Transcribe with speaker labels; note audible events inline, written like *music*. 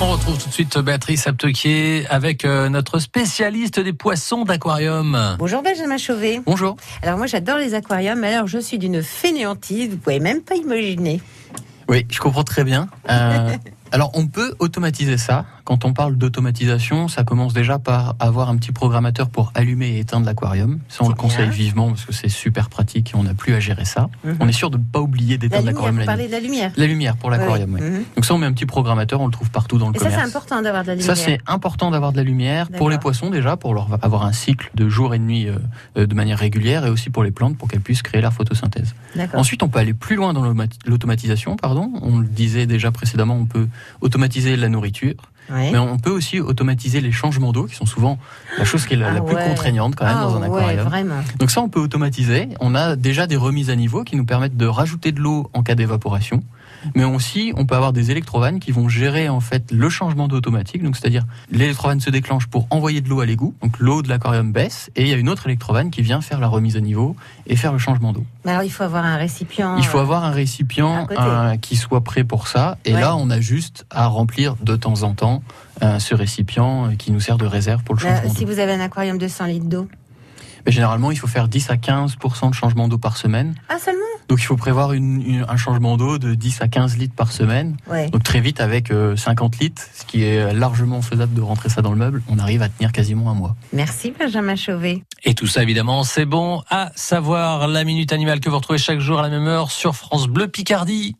Speaker 1: On retrouve tout de suite Béatrice Aptequier avec euh, notre spécialiste des poissons d'aquarium.
Speaker 2: Bonjour Benjamin Chauvet.
Speaker 1: Bonjour.
Speaker 2: Alors moi j'adore les aquariums, mais alors je suis d'une fainéantise, vous pouvez même pas imaginer.
Speaker 1: Oui, je comprends très bien. *laughs* Euh, alors, on peut automatiser ça. Quand on parle d'automatisation, ça commence déjà par avoir un petit programmateur pour allumer et éteindre l'aquarium. Ça, on le
Speaker 2: bien.
Speaker 1: conseille vivement parce que c'est super pratique et on n'a plus à gérer ça.
Speaker 2: Mhm.
Speaker 1: On est sûr de ne pas oublier
Speaker 2: La
Speaker 1: d'éteindre
Speaker 2: lumière,
Speaker 1: l'aquarium
Speaker 2: vous
Speaker 1: la nuit.
Speaker 2: parlez de la lumière.
Speaker 1: La lumière pour l'aquarium, oui.
Speaker 2: Ouais. Mhm.
Speaker 1: Donc ça, on met un petit programmateur, on le trouve partout dans le
Speaker 2: Et ça
Speaker 1: commerce.
Speaker 2: c'est important d'avoir de la
Speaker 1: Ça,
Speaker 2: lumière.
Speaker 1: c'est important d'avoir de la lumière pour
Speaker 2: D'accord.
Speaker 1: les poissons déjà, pour leur avoir un cycle de jour et de nuit euh, euh, de manière régulière, et aussi pour les plantes pour qu'elles puissent créer leur photosynthèse.
Speaker 2: D'accord.
Speaker 1: Ensuite, on peut aller plus loin dans l'automat- l'automatisation, pardon. On le disait déjà précédemment, on peut automatiser la nourriture,
Speaker 2: Ouais.
Speaker 1: mais on peut aussi automatiser les changements d'eau, qui sont souvent la chose qui est la, la
Speaker 2: Ah
Speaker 1: plus
Speaker 2: ouais.
Speaker 1: contraignante quand même
Speaker 2: Ah
Speaker 1: dans un
Speaker 2: ouais,
Speaker 1: aquarium.
Speaker 2: vraiment.
Speaker 1: Donc ça, on peut automatiser. On a déjà des remises à niveau qui nous permettent de rajouter de l'eau en cas d'évaporation. Mais aussi, on peut avoir des électrovannes qui vont gérer en fait le changement d'eau automatique. Donc c'est-à-dire l'électrovanne se déclenche pour envoyer de l'eau à l'égout. Donc l'eau de l'aquarium baisse et il y a une autre électrovanne qui vient faire la remise à niveau et faire le changement d'eau.
Speaker 2: Mais alors il faut avoir un récipient.
Speaker 1: Il faut
Speaker 2: euh,
Speaker 1: avoir un récipient
Speaker 2: à côté.
Speaker 1: un- qui soit prêt pour ça. Et
Speaker 2: Ouais.
Speaker 1: là, on a juste à remplir de temps en temps euh, ce récipient euh, qui nous sert de réserve pour le
Speaker 2: là,
Speaker 1: changement d'eau.
Speaker 2: Bah, si vous avez un aquarium de 100 litres d'eau.
Speaker 1: Mais généralement, il faut faire 10 à 15% de changement d'eau par semaine.
Speaker 2: Ah seulement
Speaker 1: Donc il faut prévoir une- une- un changement d'eau de 10 à 15 litres par semaine.
Speaker 2: Ouais.
Speaker 1: Donc très vite avec euh, 50 litres, ce qui est largement faisable de rentrer ça dans le meuble, on arrive à tenir quasiment un mois.
Speaker 2: Merci Benjamin Chauvet.
Speaker 3: Et tout ça, évidemment, c'est bon à savoir la Minute Animale que vous retrouvez chaque jour à la même heure sur France Bleu Picardie.